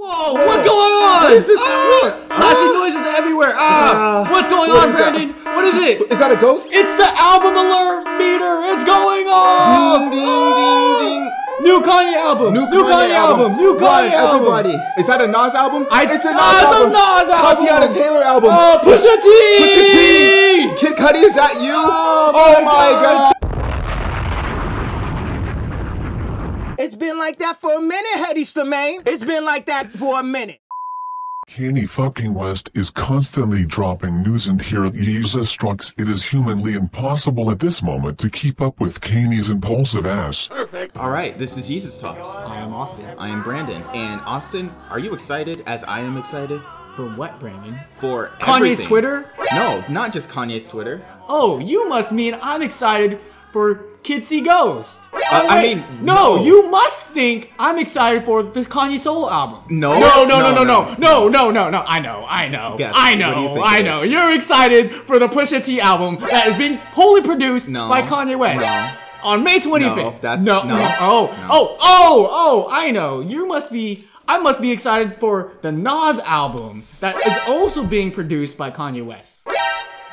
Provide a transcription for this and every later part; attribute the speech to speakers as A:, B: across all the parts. A: Oh, what's going on?
B: What is this?
A: Ah, Flashing noises everywhere. Ah,
B: Ah.
A: what's going
B: What
A: on,
B: is that?
A: Brandon? What is it?
B: Is that a ghost?
A: It's the album alert meter. It's going off.
B: Ding, ding,
A: Ah.
B: ding, ding.
A: New Kanye album. New
B: Run,
A: Kanye album.
B: everybody. Is that a Nas album?
A: I-
B: it's a Nas
A: Ah, it's a
B: album.
A: Nas album.
B: Tatiana Taylor album.
A: Oh, Pusha T.
B: Pusha T. Kid Cudi, is that you?
A: Oh, my
B: my
A: God.
C: It's been like that for a minute, Hetty Slimane. It's been like that for a minute.
D: Kanye fucking West is constantly dropping news and here at Yeezus Trucks it is humanly impossible at this moment to keep up with Kanye's impulsive ass.
B: All right, this is Jesus Talks.
A: I am Austin.
B: I am Brandon. And Austin, are you excited as I am excited
A: For what, Brandon?
B: for
A: Kanye's
B: everything?
A: Twitter?
B: No, not just Kanye's Twitter.
A: Oh, you must mean I'm excited for Kids See Ghosts. Oh,
B: I
A: wait.
B: mean,
A: no,
B: no.
A: you must think I'm excited for the Kanye solo album.
B: No.
A: no, no, no, no,
B: No,
A: no, no, no, no, no. I know, I know,
B: Guess.
A: I
B: What do you
A: know,
B: think
A: I
B: it
A: know.
B: is?
A: You're excited for the Pusha T album that is being wholly produced
B: No.
A: by Kanye West.
B: No.
A: On May 25th.
B: that's-
A: no,
B: no.
A: Oh,
B: No.
A: oh, oh, oh, I know. You must be, I must be excited for the Nas album that is also being produced by Kanye West.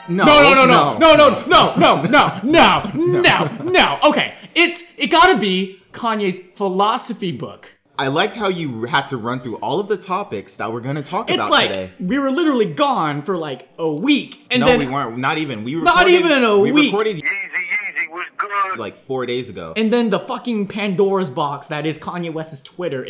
B: No,
A: No, no, no, no, no, no, no, no, no, no, no. Okay, it's it gotta be Kanye's philosophy book.
B: I liked how you had to run through all of the topics that we're gonna talk
A: It's
B: about
A: like
B: today.
A: we were literally gone for like a week, and
B: No,
A: then
B: we weren't. Not even. We
A: Not
B: recorded-
A: even a
B: we
A: week.
B: recorded
E: Yeezy Yeezy was good.
B: like four days ago.
A: and then the fucking Pandora's box that is Kanye West's Twitter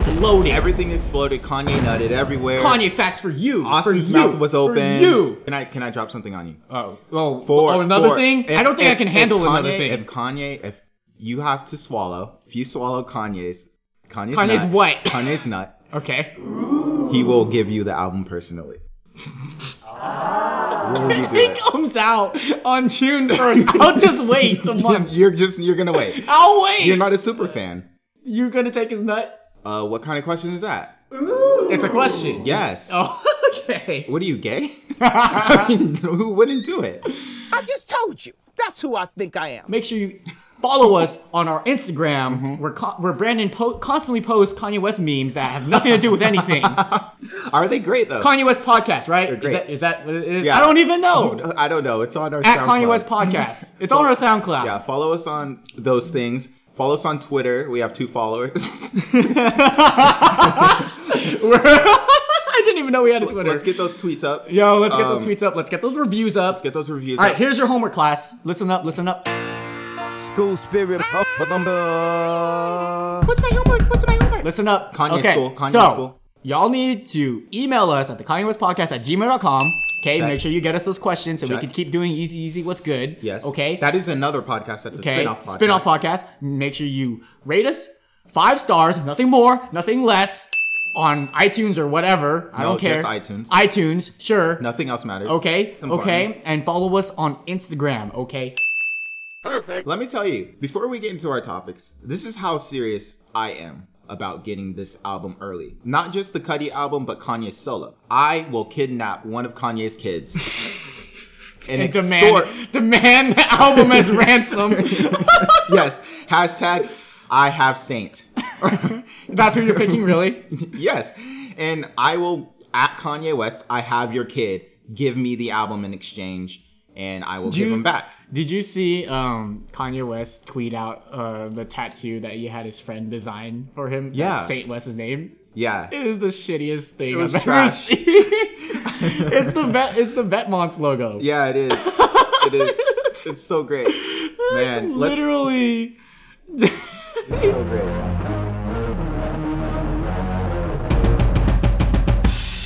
A: exploded.
B: Everything exploded. Kanye nutted everywhere.
A: Kanye facts for you.
B: Austin's
A: for you,
B: mouth was open.
A: For you.
B: Can I can I drop something on you?
A: Oh, oh,
B: For
A: oh, another
B: for-
A: thing.
B: if-
A: I don't think
B: if-
A: I can
B: if
A: handle
B: Kanye-
A: another thing.
B: If Kanye, if you have to swallow, if you swallow Kanye's, Kanye's,
A: Kanye's
B: nut,
A: what?
B: Kanye's nut.
A: okay.
B: He will give you the album personally. will you do
A: It
B: it?
A: comes out on June 1st. I'll just wait a month.
B: You're just you're gonna wait.
A: I'll wait.
B: You're not a super fan.
A: You gonna take his nut?
B: Uh, what kind of question is that?
A: It's a question.
B: Yes.
A: Oh, okay.
B: What are you gay? I mean, who wouldn't do it?
C: I just told you. That's who I think I am.
A: Make sure you follow us on our Instagram, where co- where Brandon po- constantly posts Kanye West memes that have nothing to do with anything.
B: Are they great though?
A: Kanye West podcast, right? Is
B: great.
A: that is that what it is?
B: Yeah.
A: I don't even know.
B: I don't know. It's on our
A: At
B: SoundCloud.
A: Kanye West podcast, it's on our SoundCloud.
B: Yeah, follow us on those things. Follow us on Twitter. We have two followers.
A: I didn't even know we had a Twitter.
B: Let's get those tweets up.
A: Yo, let's get those
B: Um,
A: tweets up. Let's get those reviews up.
B: Let's get those reviews
A: All right,
B: up.
A: here's your homework class. Listen up, listen up.
F: School spirit up for them.
B: What's my homework? What's my homework?
A: Listen up.
B: Kanye
A: okay,
B: school, Kanye
A: so,
B: school.
A: Y'all need to email us at the Kanye West Podcast at gmail.com. Okay,
B: Check.
A: make sure you get us those questions so we
B: Check.
A: can keep doing easy, easy, what's good.
B: yes.
A: Okay.
B: That is another podcast. That's a
A: okay.
B: spin-off podcast.
A: Spin-off podcast. Make sure you rate us five stars, nothing more, nothing less, on iTunes or whatever. I
B: No,
A: don't care.
B: just iTunes.
A: iTunes, sure.
B: Nothing else matters.
A: Okay.
B: It's important.
A: Okay. And follow us on Instagram. Okay.
B: Let me tell you, before we get into our topics, this is how serious I am about getting this album early. Not just the Cuddy album, but Kanye's solo. I will kidnap one of Kanye's kids and,
A: And
B: extort.
A: demand, demand the album as ransom.
B: yes. Hashtag I have Saint.
A: That's who you're picking, really?
B: Yes. And I will at Kanye West, I have your kid. Give me the album in exchange and I will give
A: you-
B: him back.
A: Did you see um, Kanye West tweet out uh, the tattoo that he had his friend design for him? That's
B: Yeah.
A: Saint West's name.
B: Yeah.
A: It is the shittiest thing
B: was
A: I've ever
B: trash.
A: seen. it's the vet. It's the Vetmonts logo.
B: Yeah, it is. it is. It's so great. Man, let's
A: Literally.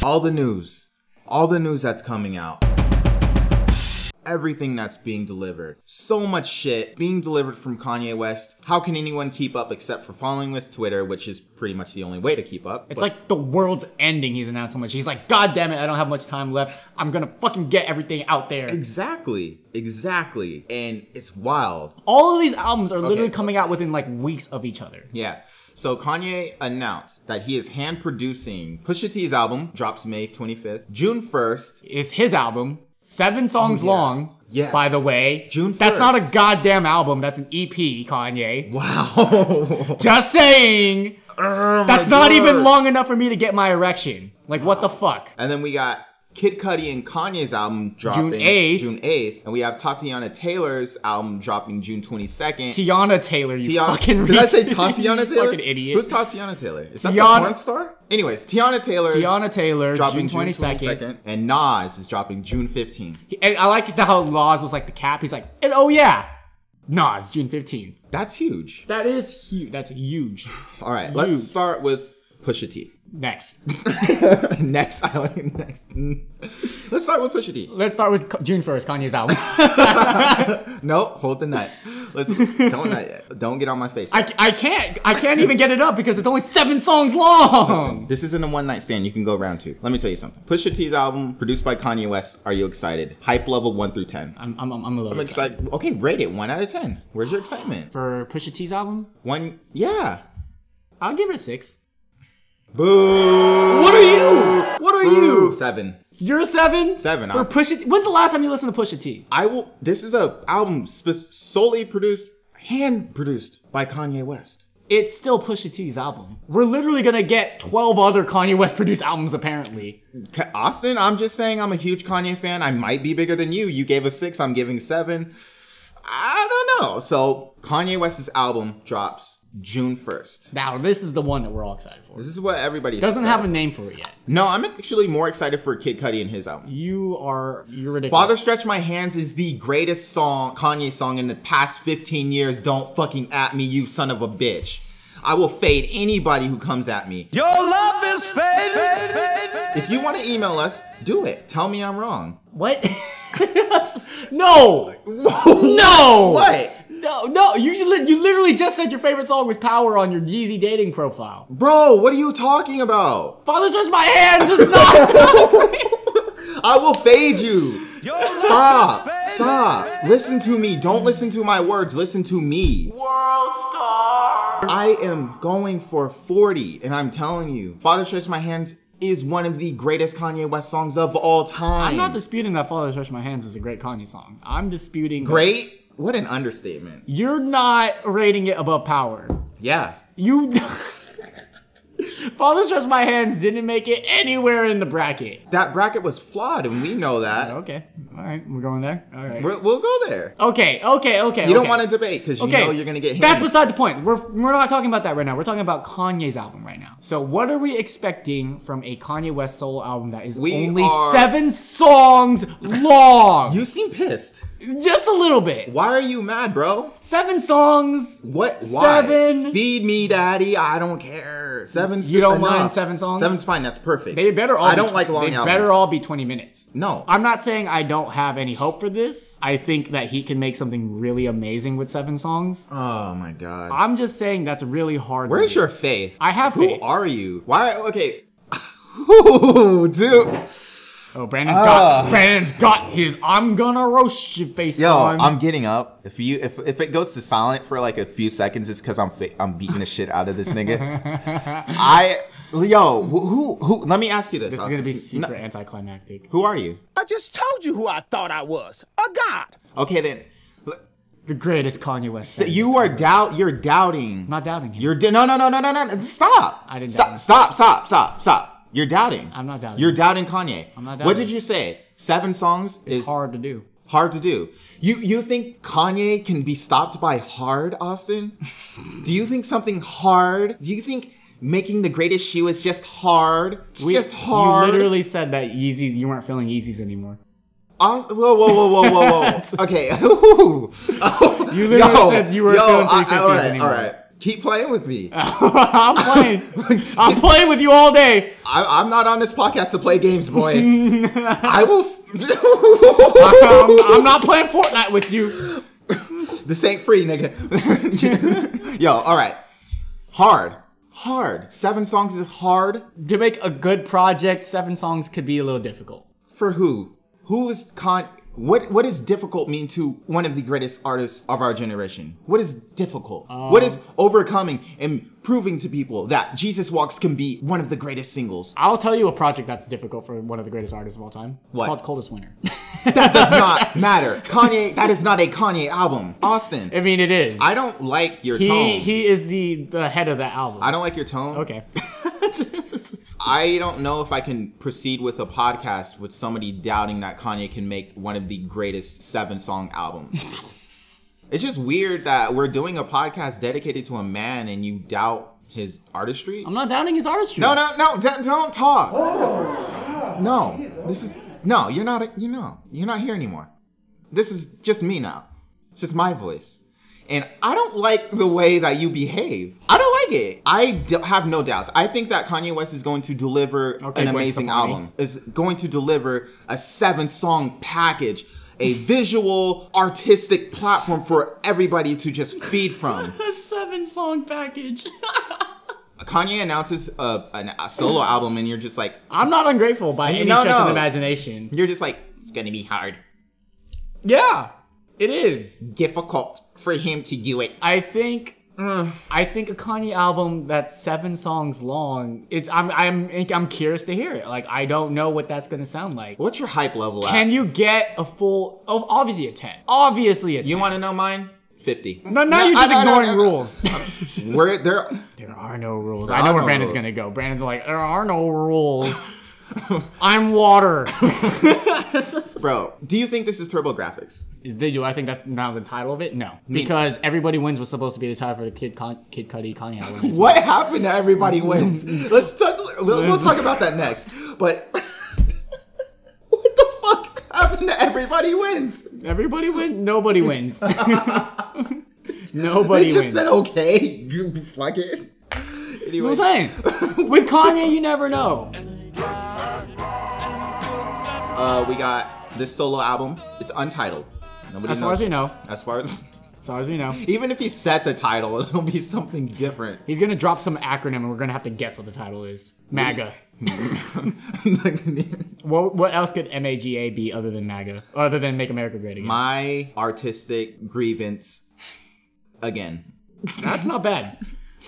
B: all the news. All the news that's coming out. Everything that's being delivered. So much shit being delivered from Kanye West. How can anyone keep up except for following his Twitter, which is pretty much the only way to keep up.
A: It's like the world's ending. He's announced so much. He's like, God damn it, I don't have much time left. I'm gonna fucking get everything out there.
B: Exactly. Exactly. And it's wild.
A: All of these albums are literally coming out within like weeks of each other.
B: Yeah. So Kanye announced that he is hand producing Pusha T's album, drops May 25th, June 1st.
A: is his album, seven songs
B: Oh, yeah.
A: long.
B: Yes.
A: By the way,
B: June
A: That's
B: 1st.
A: not a goddamn album. That's an EP, E Kanye.
B: Wow.
A: Just saying.
B: Oh
A: That's not even long enough for me to get my erection. Like, what the fuck?
B: And then we got Kid Cudi and Kanye's album dropping
A: 8th.
B: June 8th. And we have Tatiana Taylor's album dropping June 22nd.
A: Tiana Taylor, you
B: Tiana-
A: fucking
B: Did I say
A: retard.
B: Tatiana Taylor?
A: fucking idiot.
B: Who's Tatiana Taylor? Is that
A: Tiana-
B: the porn star? Anyways, Tiana Taylor
A: Tiana Taylor,
B: dropping
A: June 22nd.
B: and Nas is dropping June 15th.
A: And I like the- how Laws was like the cap. He's like, and oh yeah, Nas, June 15th.
B: That's huge.
A: That is huge. That's huge.
B: All right, let's
A: Huge.
B: start with Pusha T.
A: Next.
B: next, I like next. Let's start with Pusha T.
A: Let's start with K- June 1st, Kanye's album.
B: No, hold the nut. Let's don't nut yet. Don't get on my face.
A: I, I can't I can't even get it up because it's only seven songs long.
B: This isn't a one night stand. You can go round two. Let me tell you something. Pusha T's album, produced by Kanye West. Are you excited? Hype level one through ten. I'm
A: I'm, I'm, I'm a little bit excited.
B: excited. Okay, rate it one out of ten. Where's your excitement?
A: For Pusha T's album,
B: One. Yeah.
A: I'll give it a six.
B: Boo.
A: What are you? What are you?
B: Seven.
A: You're a seven?
B: Seven,
A: For
B: I'm-
A: Pusha T. When's the last time you listened to Pusha T?
B: I will. This is a album sp- solely produced, hand produced by Kanye West.
A: It's still Pusha T's album. We're literally gonna get 12 other Kanye West produced albums apparently.
B: Ca- Austin, I'm just saying I'm a huge Kanye fan. I might be bigger than you. You gave a six, I'm giving seven. I don't know. So Kanye West's album drops June 1st.
A: Now, this is the one that we're all excited for.
B: This is what everybody
A: Doesn't have a name for it yet.
B: No, I'm actually more excited for Kid Cudi and his album.
A: You are you're ridiculous.
B: Father Stretch My Hands is the greatest song, Kanye song in the past 15 years. Don't fucking at me, you son of a bitch. I will fade anybody who comes at me.
F: Your love is fading.
B: If you want to email us, do it. Tell me I'm wrong.
A: What? no. No.
B: What?
A: No, no. You should li- you literally just said your favorite song was Power on your Yeezy dating profile.
B: Bro, what are you talking about?
A: Father's just my hands is not.
B: I will fade you.
F: Your love
B: Stop.
F: is fading.
B: Stop. Listen to me. Don't listen to my words. Listen to me. World star. I am going for 40, and I'm telling you, Father Stretch My Hands is one of the greatest Kanye West songs of all time.
A: I'm not disputing that Father's Rush My Hands is a great Kanye song. I'm disputing that
B: Great? What an understatement.
A: You're not rating it above Power.
B: Yeah.
A: You Father's Rush My Hands didn't make it anywhere in the bracket.
B: That bracket was flawed, and we know that.
A: Okay. All right. We're going there. All right.
B: We're, we'll go there.
A: okay. Okay. Okay.
B: You don't
A: okay.
B: want to debate because you know you're going to get hit.
A: That's beside the point. We're, we're not talking about that right now. We're talking about Kanye's album right now. So, what are we expecting from a Kanye West solo album that is
B: We
A: only
B: are-
A: seven songs long?
B: you seem pissed.
A: Just a little bit.
B: Why are you mad, bro?
A: Seven songs.
B: What? Why?
A: Seven.
B: Feed me, daddy. I don't care. Seven.
A: You don't mind seven songs?
B: Seven's fine. That's perfect.
A: They better all.
B: I
A: be
B: don't
A: tw-
B: like long
A: They
B: albums.
A: better all be twenty minutes.
B: No.
A: I'm not saying I don't have any hope for this. I think that he can make something really amazing with seven songs.
B: oh my god.
A: I'm just saying that's really hard.
B: Where's
A: to do.
B: your faith?
A: I have
B: Who
A: faith.
B: are you? Why? Okay. Ooh, dude.
A: Oh, Brandon's got. Brandon's got his. I'm gonna roast you face
B: Ah. Yo,
A: on.
B: I'm getting up. If you if if it goes to silent for like a few seconds, it's because I'm fa- I'm beating the shit out of this nigga. I yo who who? Let me ask you this.
A: This is gonna be
B: Austin.
A: super
B: No,
A: anticlimactic.
B: who are you?
C: I just told you who I thought I was. A god.
B: Okay then. Look,
A: The greatest Kanye West.
B: so You are doubt. You're doubting.
A: I'm not doubting him.
B: You're di- no no no no no no. Stop.
A: I didn't doubt
B: stop
A: him.
B: stop stop stop stop. You're doubting.
A: I'm not doubting
B: You're
A: him.
B: doubting Kanye. I'm
A: not
B: What
A: doubting
B: did you say? Seven songs
A: it's
B: is hard.
A: hard to do.
B: to do. You you think Kanye can be stopped by hard, Austin? do you think something hard? Do you think making the greatest shoe is just hard? It's just hard.
A: You literally said that Yeezys. You weren't feeling Yeezys anymore.
B: Aus- whoa, whoa, whoa, whoa, whoa, whoa. okay. you
A: literally said you weren't feeling 350s anymore.
B: Keep playing with me.
A: I'm playing. I'm playing with you all day.
B: I, I'm not on this podcast to play games, boy. I will.
A: I'm,
B: F-
A: Um, I'm not playing Fortnite with you.
B: this ain't free, nigga. Yo, all right. Hard, hard. Seven songs is hard
A: To make a good project, seven songs could be a little difficult.
B: for who? Who is con? What what does difficult mean to one of the greatest artists of our generation? What is difficult? what is
A: Um.
B: overcoming and proving to people that Jesus Walks can be one of the greatest singles?
A: I'll tell you a project that's difficult for one of the greatest artists of all time. It's
B: What?
A: called Coldest Winter.
B: That does not matter. Kanye, that is not a Kanye album. Austin,
A: I mean, it is.
B: I don't like your
A: He
B: tone.
A: he is the the head of the album.
B: I don't like your tone.
A: okay.
B: I don't know if I can proceed with a podcast with somebody doubting that Kanye can make one of the greatest seven song albums. it's just weird that we're doing a podcast dedicated to a man and you doubt his artistry.
A: I'm not doubting his artistry.
B: No, no, no! Don't, don't talk. No, this is no. You're not. You know. You're not here anymore. This is just me now. It's just my voice, and I don't like the way that you behave. I don't like it. I d- have no doubts. I think that Kanye West is going to deliver
A: Okay, Gwen
B: an amazing
A: Stefani.
B: album. Is going to deliver a seven-song package. A visual, artistic platform for everybody to just feed from.
A: A seven song package.
B: Kanye announces a, an- a solo album, and you're just like,
A: I'm not ungrateful by any
B: No,
A: stretch of
B: no.
A: the imagination.
B: You're just like, it's gonna be hard,
A: Yeah, it is.
B: difficult for him to do it.
A: I think.
B: Mm.
A: I think a Kanye album that's seven songs long. It's I'm I'm I'm curious to hear it. Like I don't know what that's gonna sound like.
B: What's your hype level at?
A: Can you get a full? Oh, obviously a ten. Obviously a ten.
B: you want to know mine? 50.
A: no, now you're
B: I-
A: just
B: no, no,
A: ignoring
B: no, no.
A: rules.
B: We're there.
A: There are no rules. I
B: are
A: know where
B: no
A: Brandon's
B: rules.
A: gonna go. Brandon's like, there are no rules. I'm water.
B: Bro, do you think this is Turbo Graphics?
A: They do. I think that's now the title of it. No, because everybody wins was supposed to be the title for the Kid Con- Kid Cudi Kanye album.
B: What happened to Everybody Wins? Let's talk. We'll, we'll talk about that next. But what the fuck happened to Everybody Wins?
A: Everybody wins. Nobody wins. nobody
B: They just
A: wins.
B: said okay. You fuck it. Anyway,
A: That's what I'm saying. With Kanye, you never know.
B: uh, we got this solo album. It's untitled. Nobody
A: As
B: knows.
A: far as we know.
B: As far as
A: As far as we know.
B: Even if he set the title, it'll be something different.
A: He's gonna drop some acronym, and we're gonna have to guess what the title is. MAGA. What what else could MAGA be other than MAGA? Other than Make America Great Again?
B: My artistic grievance again.
A: That's not bad.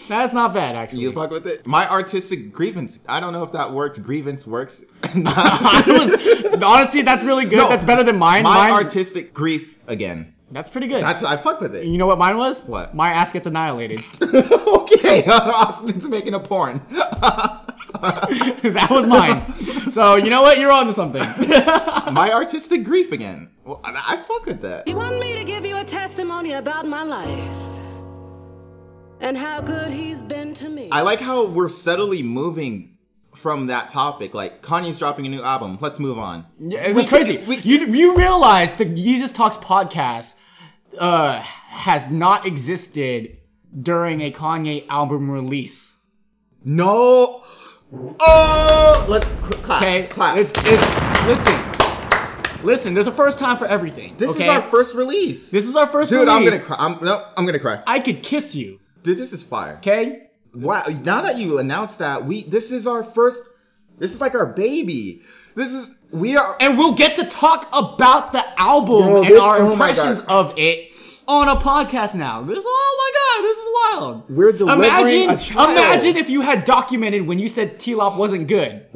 A: That's not bad actually.
B: You fuck with it? My artistic grievance. I don't know if that works. Grievance works.
A: Honestly, that's really good.
B: No.
A: that's better than mine.
B: My
A: mine
B: artistic grief again.
A: that's pretty good.
B: That's I fuck with
A: you
B: it.
A: know what mine was?
B: What?
A: My ass gets annihilated.
B: okay, Austin's making a porn.
A: that was mine. so you know what? You're on to something.
B: My artistic grief again. Well, I, I fuck with that.
G: You want me to give you a testimony about my life and how good he's been to me.
B: I like how we're subtly moving from that topic. Like Kanye's dropping a new album. Let's move on.
A: It
B: We
A: was
B: could-
A: crazy.
B: we-
A: you you realize the Jesus Talks podcast uh, has not existed during a Kanye album release.
B: No. Oh, let's cl- clap.
A: Okay,
B: clap.
A: It's it's listen, listen. There's a first time for everything.
B: this
A: okay?
B: is our first release.
A: This is our first
B: Dude, I'm gonna
A: release.
B: cry. I'm, no, I'm gonna cry.
A: I could kiss you.
B: Dude, this is fire.
A: Okay.
B: Wow. Now that you announced that, we this is our first. This is like our baby. This is we are.
A: and we'll get to talk about the album
B: Yo,
A: and
B: this-
A: our
B: oh my
A: impressions
B: God.
A: of it on a podcast now. This, oh my god, this is wild.
B: We're delivering
A: imagine,
B: a child.
A: imagine if you had documented when you said T-Lop wasn't good.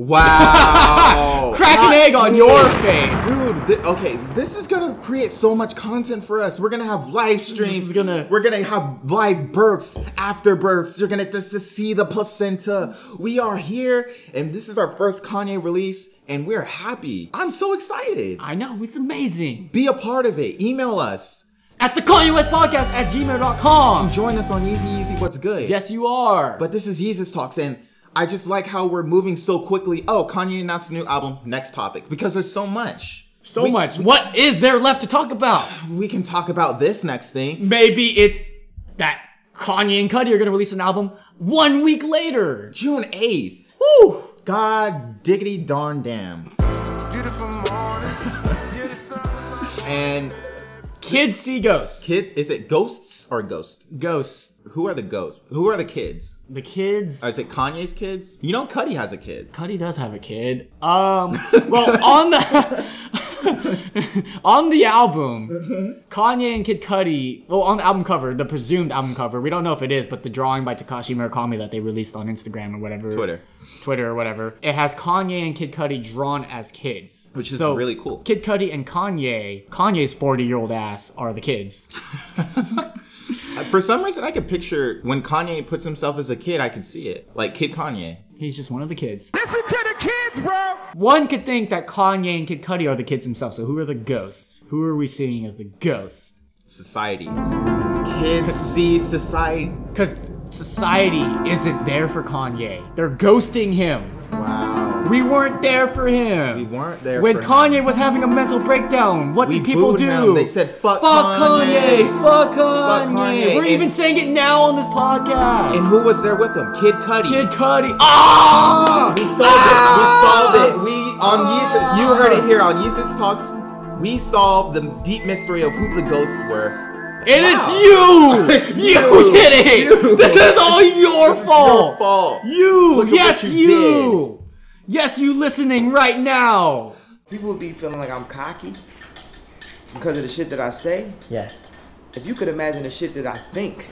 B: Wow.
A: Crack an
B: Not
A: egg on
B: good.
A: your face.
B: Dude, thi- okay, this is gonna create so much content for us. We're gonna have live streams.
A: is gonna-
B: We're gonna have live births, afterbirths. You're gonna just to see the placenta. We are here, and this is our first Kanye release, and we're happy. I'm so excited.
A: I know, it's amazing.
B: Be a part of it. Email us.
A: At the Kanye West Podcast at gmail.com.
B: Join us on Easy Easy What's Good.
A: Yes, you are.
B: But this is Jesus Talks, and I just like how we're moving so quickly. Oh, Kanye announced a new album. Next topic. Because there's so much.
A: so much. what is there left to talk about?
B: We can talk about this next thing.
A: Maybe it's that Kanye and Cudi are gonna release an album one week later.
B: June 8th.
A: Woo!
B: God diggity darn damn.
F: Beautiful morning. Beautiful
B: And
A: Kids see ghosts.
B: kid, is it ghosts or ghost?
A: Ghosts.
B: Who are the ghosts? Who are the kids?
A: The kids.
B: Is it Kanye's kids? You know, Cuddy has a kid.
A: Cuddy does have a kid. Um, well, on the on the album, Kanye and Kid Cudi, well, on the album cover, the presumed album cover, we don't know if it is, but the drawing by Takashi Murakami that they released on Instagram or whatever,
B: Twitter.
A: Twitter or whatever, it has Kanye and Kid Cudi drawn as kids,
B: Which is really cool.
A: Kid Cudi and Kanye, Kanye's forty-year-old ass are the kids.
B: For some reason, I could picture when Kanye puts himself as a kid. I could see it, like Kid Kanye.
A: He's just one of the kids.
F: Listen to the kids, bro.
A: One could think that Kanye and Kid Cudi are the kids themselves. So who are the ghosts? Who are we seeing as the ghosts?
B: Society. Kids see society.
A: Because society isn't there for Kanye. They're ghosting him.
B: Wow.
A: We weren't there for him.
B: We weren't there
A: When
B: for him.
A: Kanye was having a mental breakdown, what
B: We
A: did people
B: booed
A: do?
B: him. They said, "Fuck
A: Kanye.
B: Kanye.
A: Fuck Kanye.
B: Kanye."
A: We're
B: And-
A: even saying it now on this podcast.
B: And who was there with him? Kid Cudi.
A: Kid Cudi. Ah!
B: We sold
A: Ah!
B: it. We sold it. We on Yeezus. You heard it here on Yeezus Talks. We solved the deep mystery of who the ghosts were.
A: And
B: Ah!
A: it's
B: It's
A: you. you.
B: you.
A: did it.
B: You.
A: This is all your
B: This is
A: fault.
B: your fault.
A: You.
B: Look at
A: yes,
B: what
A: you.
B: you
A: Yes, you listening right now.
H: People be feeling like I'm cocky because of the shit that I say.
I: Yeah.
H: If you could imagine the shit that I think.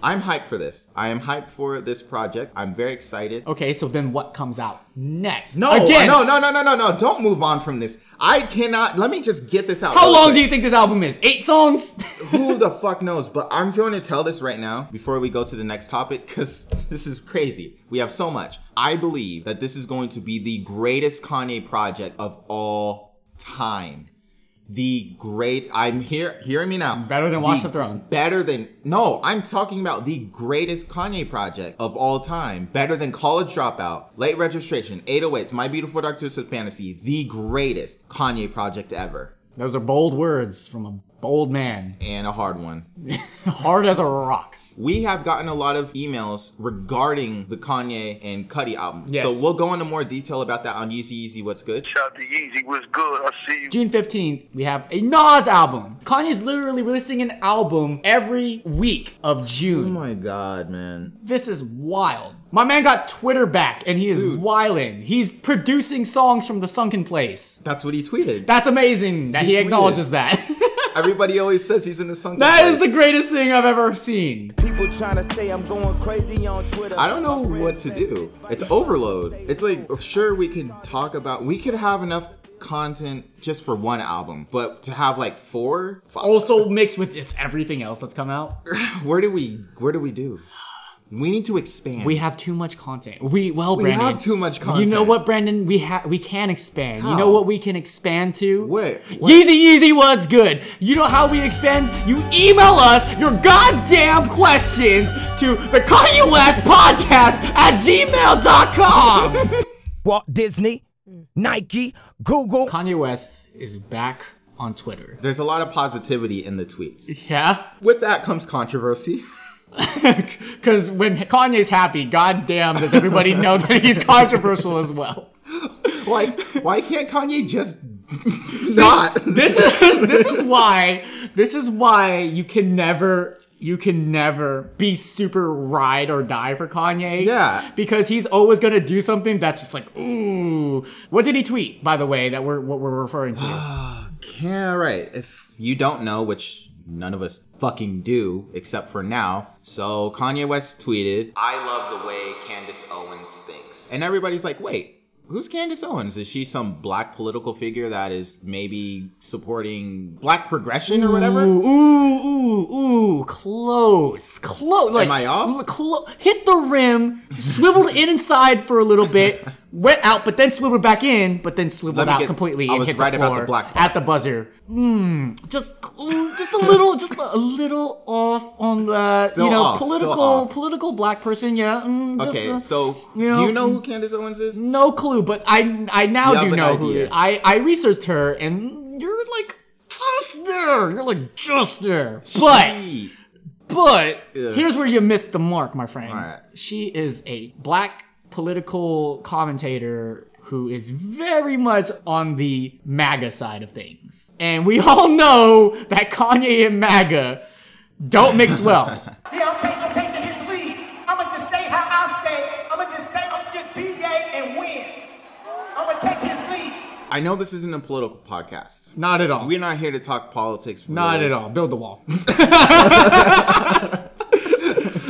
B: I'm hyped for this. I am hyped for this project. I'm very excited.
A: Okay, so then what comes out next?
B: No,
A: Again.
B: no, no, no, no, no, no. Don't move on from this. I cannot. Let me just get this out.
A: How
B: real
A: long
B: quick.
A: do you think this album is? Eight songs?
B: Who the fuck knows? But I'm going to tell this right now before we go to the next topic because this is crazy. We have so much. I believe that this is going to be the greatest Kanye project of all time. The great. I'm here. Hearing me now.
A: Better than Watch the Throne.
B: Better than no. I'm talking about the greatest Kanye project of all time. Better than College Dropout, Late Registration, 808s, My Beautiful Dark Twisted Fantasy. The greatest Kanye project ever,
A: Those are bold words from a bold man,
B: and a hard one.
A: hard as a rock.
B: We have gotten a lot of emails regarding the Kanye and Cudi album.
A: Yes.
B: So we'll go into more detail about that on Yeezy Yeezy What's Good.
E: Shout out to Yeezy. What's good? I see you.
A: June 15th, we have a Nas album. Kanye's literally releasing an album every week of
B: Oh
A: June.
B: my god, man.
A: This is wild. My man got Twitter back and he is wildin'. He's producing songs from the sunken place.
B: That's what he tweeted.
A: That's amazing that
B: He
A: he,
B: tweeted.
A: acknowledges that.
B: Everybody always says he's in the song.
A: that is the greatest thing I've ever seen.
H: People trying to say I'm going crazy on Twitter.
B: I don't know what to do. It's overload. It's like oh, sure we could talk about we could have enough content just for one album, but to have like four, five,
A: Also mixed with just everything else that's come out.
B: where do we where do we do? We need to expand.
A: We have too much content. We well,
B: We
A: Brandon,
B: have too much
A: You know
B: content.
A: what, Brandon? We ha- we can expand. You know
B: How?
A: what we can expand to?
B: What? What?
A: Yeezy Yeezy, what's good? You know how we expand? You email us your goddamn questions to the Kanye West podcast at gmail.com.
C: Walt Disney, Nike, Google.
A: Kanye West is back on Twitter.
B: There's a lot of positivity in the tweets.
A: Yeah.
B: With that comes controversy.
A: Because when Kanye's happy, goddamn, does everybody know that he's controversial as well?
B: Like, why can't Kanye just not?
A: this is this is why this is why you can never you can never be super ride or die for Kanye.
B: Yeah.
A: Because he's always gonna do something that's just like, ooh. What did he tweet, by the way, that we're what we're referring to?
B: yeah, right. If you don't know, which none of us fucking do, except for now. So Kanye West tweeted, "I love the way Candace Owens thinks," and everybody's like, "Wait." Who's Candace Owens? Is she some black political figure that is maybe supporting black progression or whatever?
A: Ooh, ooh, oow, close, close. Like,
B: I off?
A: clo- hit the rim, swiveled in inside for a little bit, went out, but then swiveled back in, but then
B: Let
A: swiveled
B: me
A: out
B: get-
A: completely
B: I
A: and
B: was
A: hit
B: right
A: the
B: about the
A: floor
B: black part.
A: at the buzzer. Mm, just, mm, just a little, just a little off on the,
B: Still
A: you know,
B: off, still
A: political,
B: off.
A: political black person. Yeah. Mm, just,
B: Okay,
A: uh,
B: so
A: you know- mm.
B: do you know who Candace Owens is?
A: no clue, but I I now
B: You have
A: do
B: an
A: know
B: idea.
A: who I I researched her, and you're like just there. You're like just there. But
B: She-
A: but here's where you missed the mark, my friend.
B: Alright.
A: She is a black political commentator who is very much on the MAGA side of things, and we all know that Kanye and MAGA don't mix well.
J: Yeah, I'm, taking, I'm taking his lead. I'ma just say how I say. I'ma just say I'm just BA and win. I'ma take his lead.
B: I know this isn't a political podcast.
A: Not at all.
B: We're not here to talk politics.
A: Not
B: really.
A: at all. Build the wall.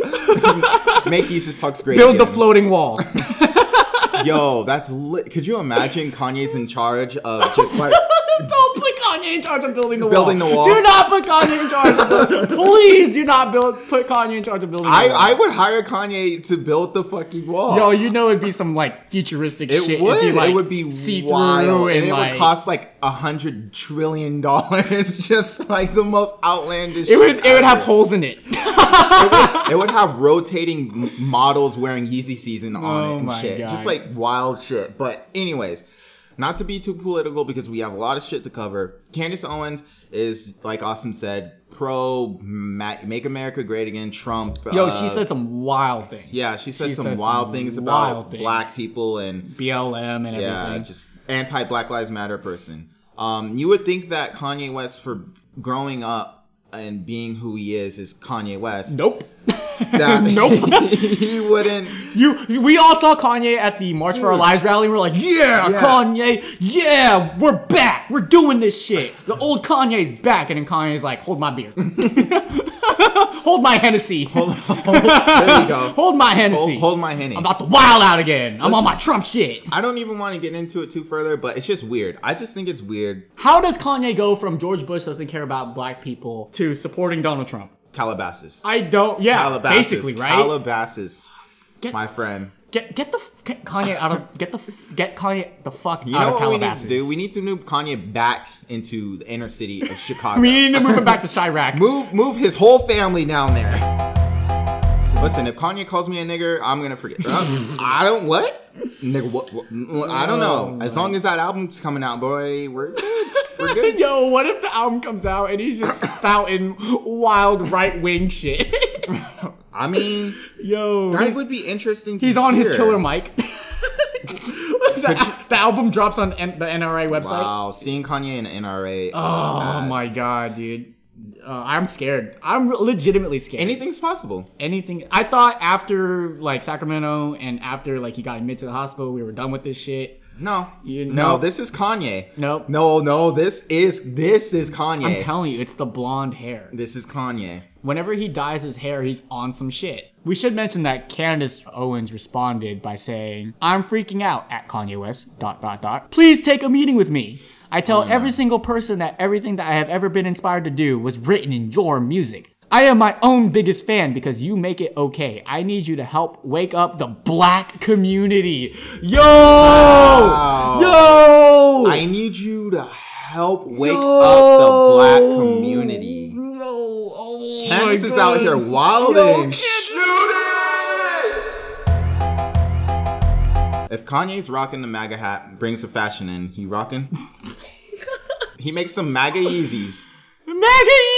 B: Make Jesus talks great.
A: Build the
B: again.
A: floating wall.
B: Yo, that's lit. Could you imagine Kanye's in charge of just like
A: Don't put Kanye in charge of building the wall.
B: Building the wall.
A: Do not put Kanye in charge of building. Please do not build. Put Kanye in charge of building.
B: I,
A: the wall.
B: I would hire Kanye to build the fucking wall.
A: Yo, you know it'd be some like futuristic
B: it
A: shit. It'd
B: would.
A: be, like,
B: it would be
A: see-through
B: wild, and, it
A: like,
B: would cost like a hundred trillion dollars. Just like the most outlandish.
A: It would.
B: shit
A: It would
B: out
A: have
B: there.
A: holes in it.
B: It would have rotating m- models wearing Yeezy season on
A: Oh
B: it and
A: my
B: shit.
A: God.
B: Just like wild shit. But anyways, not to be too political because we have a lot of shit to cover. Candace Owens is like Austin said, pro Ma- make America great again. Trump.
A: Yo,
B: uh,
A: she said some wild things.
B: Yeah, she said
A: she
B: some
A: said
B: wild
A: some
B: things
A: wild
B: about
A: things.
B: black people and
A: BLM and
B: yeah,
A: everything.
B: just anti Black Lives Matter person. Um, you would think that Kanye West for growing up and being who he is is Kanye West.
A: nope.
B: That
A: Nope.
B: he wouldn't.
A: You, we all saw Kanye at the March for Our Lives rally. We're like, yeah,
B: Yeah.
A: Kanye, yeah, we're back. We're doing this shit. The old Kanye's back, and then Kanye's like, hold my beer, hold my Hennessy, hold,
B: There you go.
A: my Hennessy.
B: Hold, hold my henny.
A: I'm about to wild out again. I'm on my Trump shit.
B: I don't even want to get into it too further, but it's just weird. I just think it's weird.
A: How does Kanye go from George Bush doesn't care about black people to supporting Donald Trump?
B: Calabasas.
A: I don't. Yeah,
B: Calabasas.
A: basically, right?
B: Calabasas.
A: Get-
B: my friend.
A: Get get the f- get Kanye out of get the f- get Kanye the fuck
B: You
A: out
B: know
A: of
B: what
A: Calabasas.
B: we need to do? We need to move Kanye back into the inner city of Chicago.
A: We need to move him back to Chirac.
B: move move his whole family down there. Listen, if Kanye calls me a nigger, I'm gonna forget. Uh, I don't what? Nigga, what, what- I don't
A: Oh
B: know. As long as that album's coming out, boy, we're good. We're good.
A: Yo, what if the album comes out and he's just spouting wild right wing shit?
B: I mean,
A: Yo,
B: that
A: he's,
B: would be interesting. To
A: he's on his
B: hear.
A: killer mic. the, the album drops on N- the NRA website.
B: Wow, seeing Kanye in the NRA.
A: Oh my god, dude. Uh, I'm scared. I'm legitimately scared.
B: Anything's possible.
A: anything. I thought after like Sacramento and after like he got admitted to the hospital, we were done with this shit.
B: No,
A: You-
B: no,
A: nope.
B: this is Kanye.
A: Nope.
B: no, no, this is this is Kanye.
A: I'm telling you, it's the blonde hair.
B: this is Kanye.
A: Whenever he dyes his hair, he's on some shit. We should mention that Candace Owens responded by saying, I'm freaking out at Kanye West, dot, dot, dot. Please take a meeting with me. I tell every single person that everything that I have ever been inspired to do was written in your music. I am my own biggest fan because you make it okay. I need you to help wake up the black community. Yo! Yo!
B: I need you to help wake up the black community.
A: No. Oh
B: Candace
A: my
B: is
A: God.
B: out here
A: Yo,
B: wilding.
A: Candace-
B: If Kanye's rocking the MAGA hat, brings the fashion in, he rocking. he makes some MAGA Yeezys.
A: MAGA Yeezys!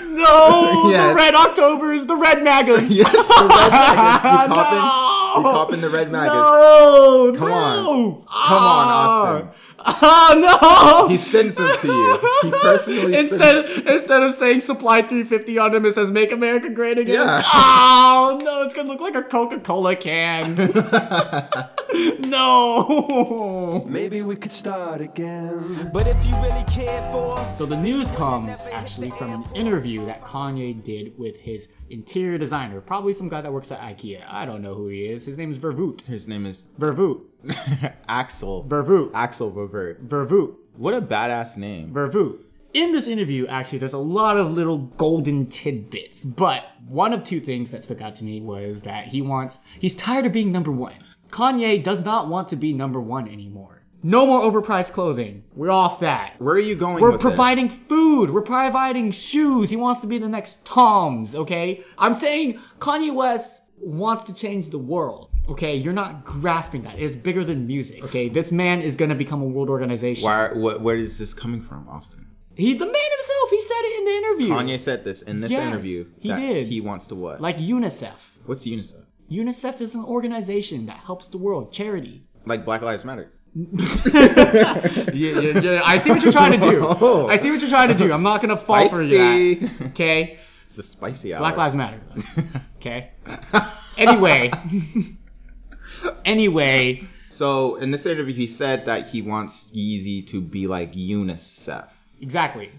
A: No!
B: Yes.
A: The Red Octobers, the Red MAGAs!
B: Yes, the red MAGAs. We copping,
A: No.
B: we copping the red MAGAs.
A: No!
B: Come
A: no.
B: on. Come on, Austin.
A: Oh no!
B: He sends them to you. He personally sends
A: instead, instead of saying supply 350 on him, it says make America great again.
B: Yeah.
A: Oh no, it's gonna look like a Coca-Cola can. no.
F: Maybe we could start again.
C: But if you really care for
A: So the news comes actually from an interview that Kanye did with his interior designer, probably some guy that works at IKEA. I don't know who he is. His name is Vervoot.
B: His name is
A: Vervoot.
B: Axel.
A: Vervoot.
B: Axel Revert.
A: Vervoot.
B: What a badass name.
A: Vervoot. In this interview, actually, there's a lot of little golden tidbits, but one of two things that stuck out to me was that he wants, he's tired of being number one. Kanye does not want to be number one anymore. No more overpriced clothing. We're off that.
B: Where are you going?
A: We're
B: with this?
A: providing food. We're providing shoes. He wants to be the next Tom's, okay? I'm saying Kanye West wants to change the world, okay? You're not grasping that. It's bigger than music, okay? This man is gonna become a world organization.
B: Why? What, where is this coming from, Austin?
A: He, the man himself, he said it in the interview.
B: Kanye said this in this
A: Yes,
B: interview.
A: he
B: that
A: did.
B: He wants to what?
A: Like UNICEF.
B: What's UNICEF?
A: UNICEF is an organization that helps the world, charity.
B: Like Black Lives Matter.
A: Yeah, yeah, yeah. I see what you're trying to do. I see what you're trying to do. I'm not gonna fall for that.
B: Oh. Spicy.
A: Okay?
B: It's a spicy hour.
A: Black Lives Matter. Okay. Anyway. anyway.
B: So in this interview, he said that he wants Yeezy to be like UNICEF.
A: Exactly.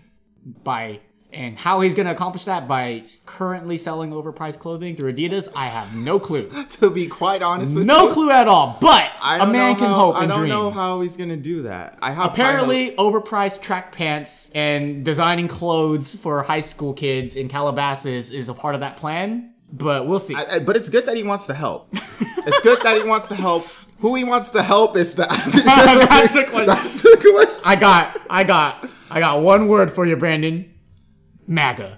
A: By and how he's going to accomplish that by s- currently selling overpriced clothing through Adidas, I have no clue.
B: To be quite honest with you,
A: No clue at all. But
B: I
A: a
B: don't
A: man
B: know
A: can
B: how-
A: hope
B: I
A: and
B: don't
A: dream.
B: know how he's gonna do that. I have
A: Apparently, overpriced track pants and designing clothes for high school kids in Calabasas is a part of that plan. But we'll see.
B: I- I- but it's good that he wants to help. it's good that he wants to help. Who he wants to help is the
A: That's the question.
B: That's the question.
A: I got, I got, I got one word for you, Brandon. MAGA.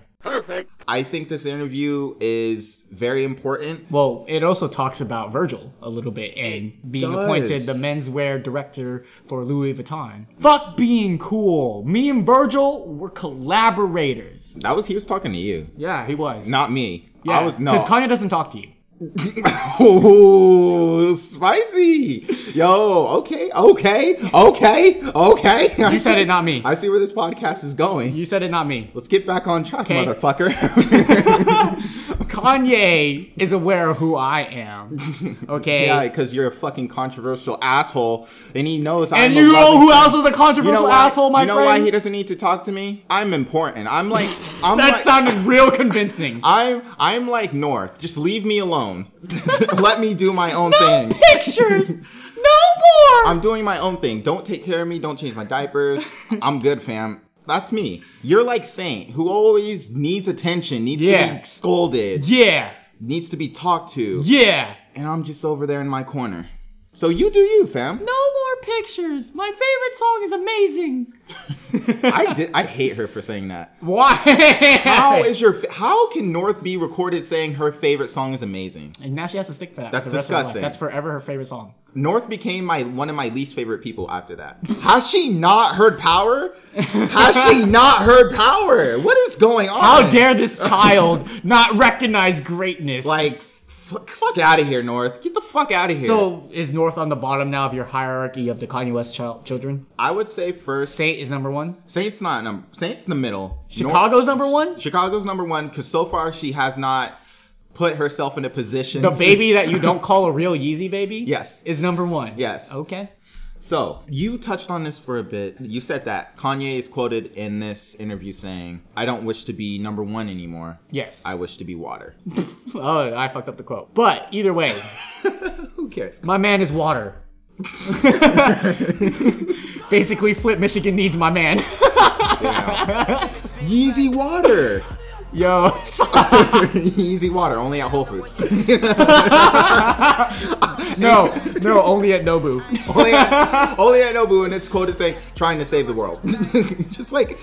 B: I think this interview is very important.
A: Well, it also talks about Virgil a little bit and being
B: does.
A: appointed the menswear director for Louis Vuitton. Fuck being cool. Me and Virgil were collaborators.
B: That was he was talking to you,
A: Yeah, he was.
B: not me.
A: yeah,
B: I was no.
A: Because Kanye doesn't talk to you.
B: Ooh, spicy. Yo, okay, okay, okay, okay.
A: You said it, not me.
B: I see where this podcast is going.
A: You said it, not me.
B: Let's get back on track,
A: Okay.
B: motherfucker.
A: Kanye is aware of who I am. Okay.
B: yeah, because you're a fucking controversial asshole, and he knows.
A: and
B: I'm
A: you know
B: a loving-
A: who else was a controversial asshole, my
B: you know
A: friend?
B: why he doesn't need to talk to me? I'm important. I'm like I'm
A: that
B: like,
A: sounded real convincing.
B: I'm I'm like North. Just leave me alone. Let me do my own thing.
A: Pictures. No more.
B: I'm doing my own thing. Don't take care of me. Don't change my diapers. I'm good, fam. That's me. You're like Saint, who always needs attention, needs to
A: Yeah.
B: be scolded,
A: yeah.
B: needs to be talked to,
A: Yeah.
B: and I'm just over there in my corner. So you do you, fam.
A: No more pictures. My favorite song is amazing.
B: I did. I hate her for saying that.
A: Why?
B: How is your? fa- How can North be recorded saying her favorite song is amazing?
A: and now she has to stick for that.
B: That's
A: for the rest of her life.
B: disgusting.
A: That's forever her favorite song.
B: North became my one of my least favorite people after that. Has she not heard power? Has she not heard power? What is going on?
A: How dare this child not recognize greatness?
B: Like, f- f- fuck out of here, North. Get the fuck out of here.
A: so is North on the bottom now of your hierarchy of the Kanye West child, children?
B: I would say first,
A: Saint is number one.
B: Saint's not number. Saint's the middle.
A: Chicago's number one.
B: North, Chicago's number one because so far she has not put herself in a position.
A: The
B: to-
A: baby that you don't call a real Yeezy baby?
B: Yes.
A: Is number one.
B: Yes.
A: Okay.
B: So, you touched on this for a bit. You said that Kanye is quoted in this interview saying, I don't wish to be number one anymore.
A: Yes.
B: I wish to be water.
A: oh, I fucked up the quote. But either way,
B: Who cares?
A: my man is water. Basically, Flip Michigan needs my man.
B: Yeezy water.
A: Yo,
B: Yeezy water, only at Whole Foods.
A: no, no, only at Nobu.
B: only, at, only at Nobu, and it's quoted saying, trying to save the world. Just like,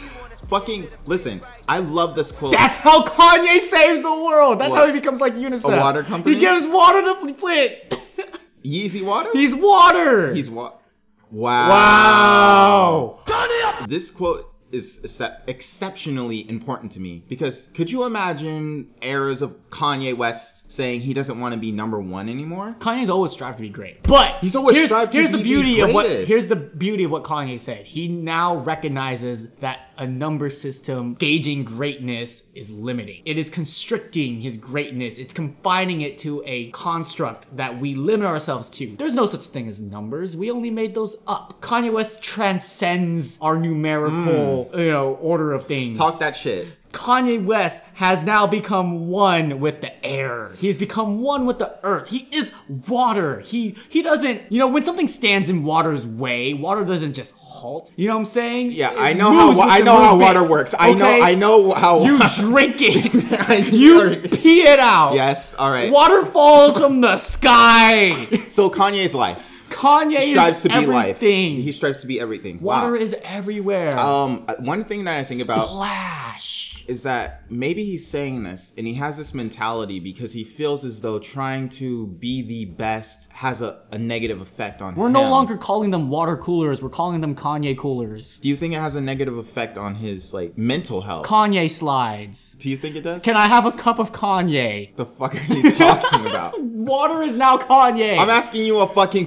B: fucking, listen, I love this quote.
A: That's how Kanye saves the world. That's
B: What?
A: how he becomes like UNICEF.
B: A water company?
A: He gives water to Flint.
B: Yeezy water?
A: He's water.
B: He's what? Wow.
A: wow.
B: This quote is excep- exceptionally important to me because could you imagine eras of Kanye West saying he doesn't want to be number one anymore?
A: Kanye's always strived to be great, but
B: He's always
A: here's,
B: strived to
A: here's
B: be
A: the
B: the
A: beauty of what
B: greatest.
A: here's the beauty of what Kanye said. He now recognizes that a number system gauging greatness is limiting. It is constricting his greatness. It's confining it to a construct that we limit ourselves to. There's no such thing as numbers. We only made those up. Kanye West transcends our numerical, you know, order of things.
B: Hmm. Talk that shit.
A: Kanye West has now become one with the air. He's become one with the earth. He is water. He he doesn't, you know, when something stands in water's way, water doesn't just halt. You know what I'm saying?
B: Yeah,
A: It
B: I know
A: moves
B: how
A: with
B: I
A: the
B: know how
A: movement,
B: water works. I
A: okay?
B: know I know how
A: You drink it.
B: Sorry.
A: you pee it out.
B: Yes, all right.
A: Water falls from the sky.
B: So Kanye's life.
A: Kanye
B: He strives
A: is
B: to be
A: everything.
B: life. He strives to be everything.
A: water
B: wow.
A: is everywhere.
B: um uh, one thing that I think about
A: Flash.
B: is that maybe he's saying this and he has this mentality because he feels as though trying to be the best has a, a negative effect on
A: We're
B: him.
A: no longer calling them water coolers. We're calling them Kanye coolers.
B: Do you think it has a negative effect on his like mental health?
A: Kanye slides.
B: Do you think it does?
A: Can I have a cup of Kanye?
B: the fuck are you talking about?
A: Water is now Kanye.
B: I'm asking you a fucking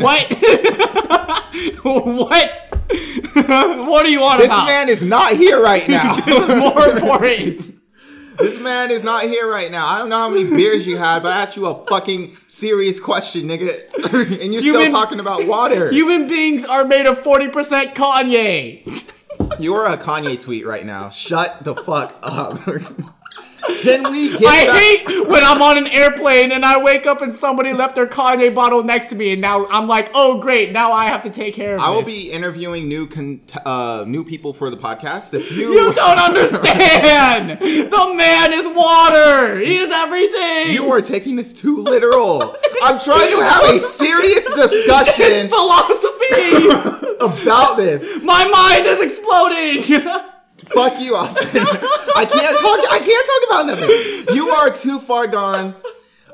A: what? what? what do you want
B: This
A: about?
B: man is not here right now.
A: this is more important.
B: This man is not here right now. I don't know how many beers you had, but I asked you a fucking serious question, nigga. and you're
A: Human-
B: still talking about water.
A: Human beings are made of 40% Kanye.
B: You're a Kanye tweet right now. Shut the fuck up. Can we get
A: I
B: back-
A: hate when I'm on an airplane and I wake up and somebody left their Kanye bottle next to me, and now I'm like, oh great, now I have to take care of
B: I will
A: this.
B: be interviewing new con- uh, new people for the podcast. If you,
A: You don't understand. the man is water. He is everything.
B: you are taking this too literal. I'm trying to have a serious discussion
A: it's philosophy.
B: about this.
A: My mind is exploding.
B: Fuck you, Austin. I can't talk. I can't talk about nothing. You are too far gone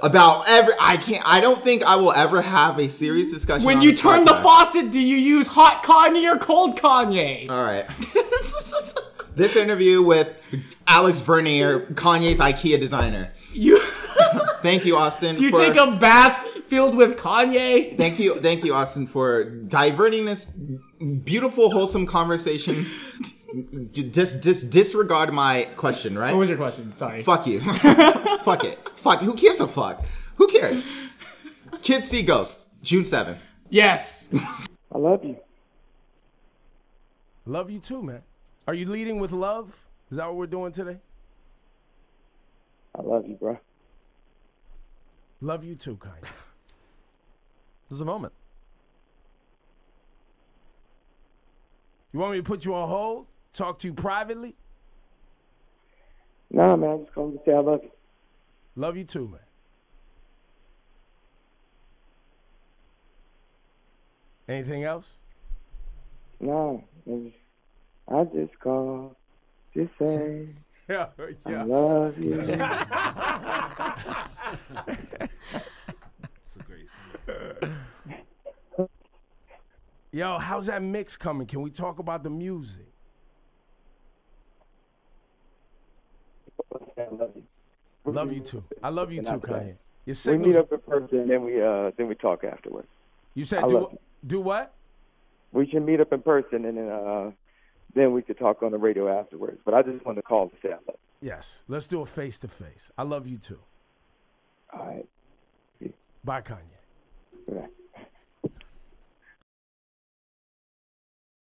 B: about every. I can't. I don't think I will ever have a serious discussion.
A: when
B: on
A: you
B: this
A: turn the
B: podcast.
A: faucet, do you use hot Kanye or cold Kanye?
B: All right. This interview with Alex Vernier, Kanye's IKEA designer.
A: you
B: Thank you, Austin.
A: you
B: for-
A: take a bath filled with Kanye.
B: Thank you, thank you, Austin, for diverting this beautiful, wholesome conversation. J- Just, just disregard my question, right?
A: What was your question? Sorry.
B: fuck you. fuck it. Fuck. Who gives a fuck? Who cares? Kids see ghosts. June 7th.
A: Yes.
I: I love you.
K: Love you too, man. Are you leading with love? Is that what we're doing today?
I: I love you, bro.
K: Love you too, kind.
I: There's a moment.
K: You want me to put you on hold? Talk to you privately?
I: Nah, man, I'm just going to say I love you.
K: Love you too, man. Anything else?
I: Nah, it's- I just called to say
K: Yeah,
I: I love you.
K: Yo, how's that mix coming? Can we talk about the music? Love you too. I love you
I: And
K: too,
I: after that,
K: Kanye. Your
I: we meet
K: signals.
I: up in person, and then we uh, then we talk afterwards.
K: You said
I: I
K: do
I: love you.
K: do what?
I: We should meet up in person, and then uh, then we could talk on the radio afterwards. But I just wanted to call to say I love you.
K: Yes. Let's do a face to face. I love you too.
I: All right.
K: Bye, Kanye.
I: All right.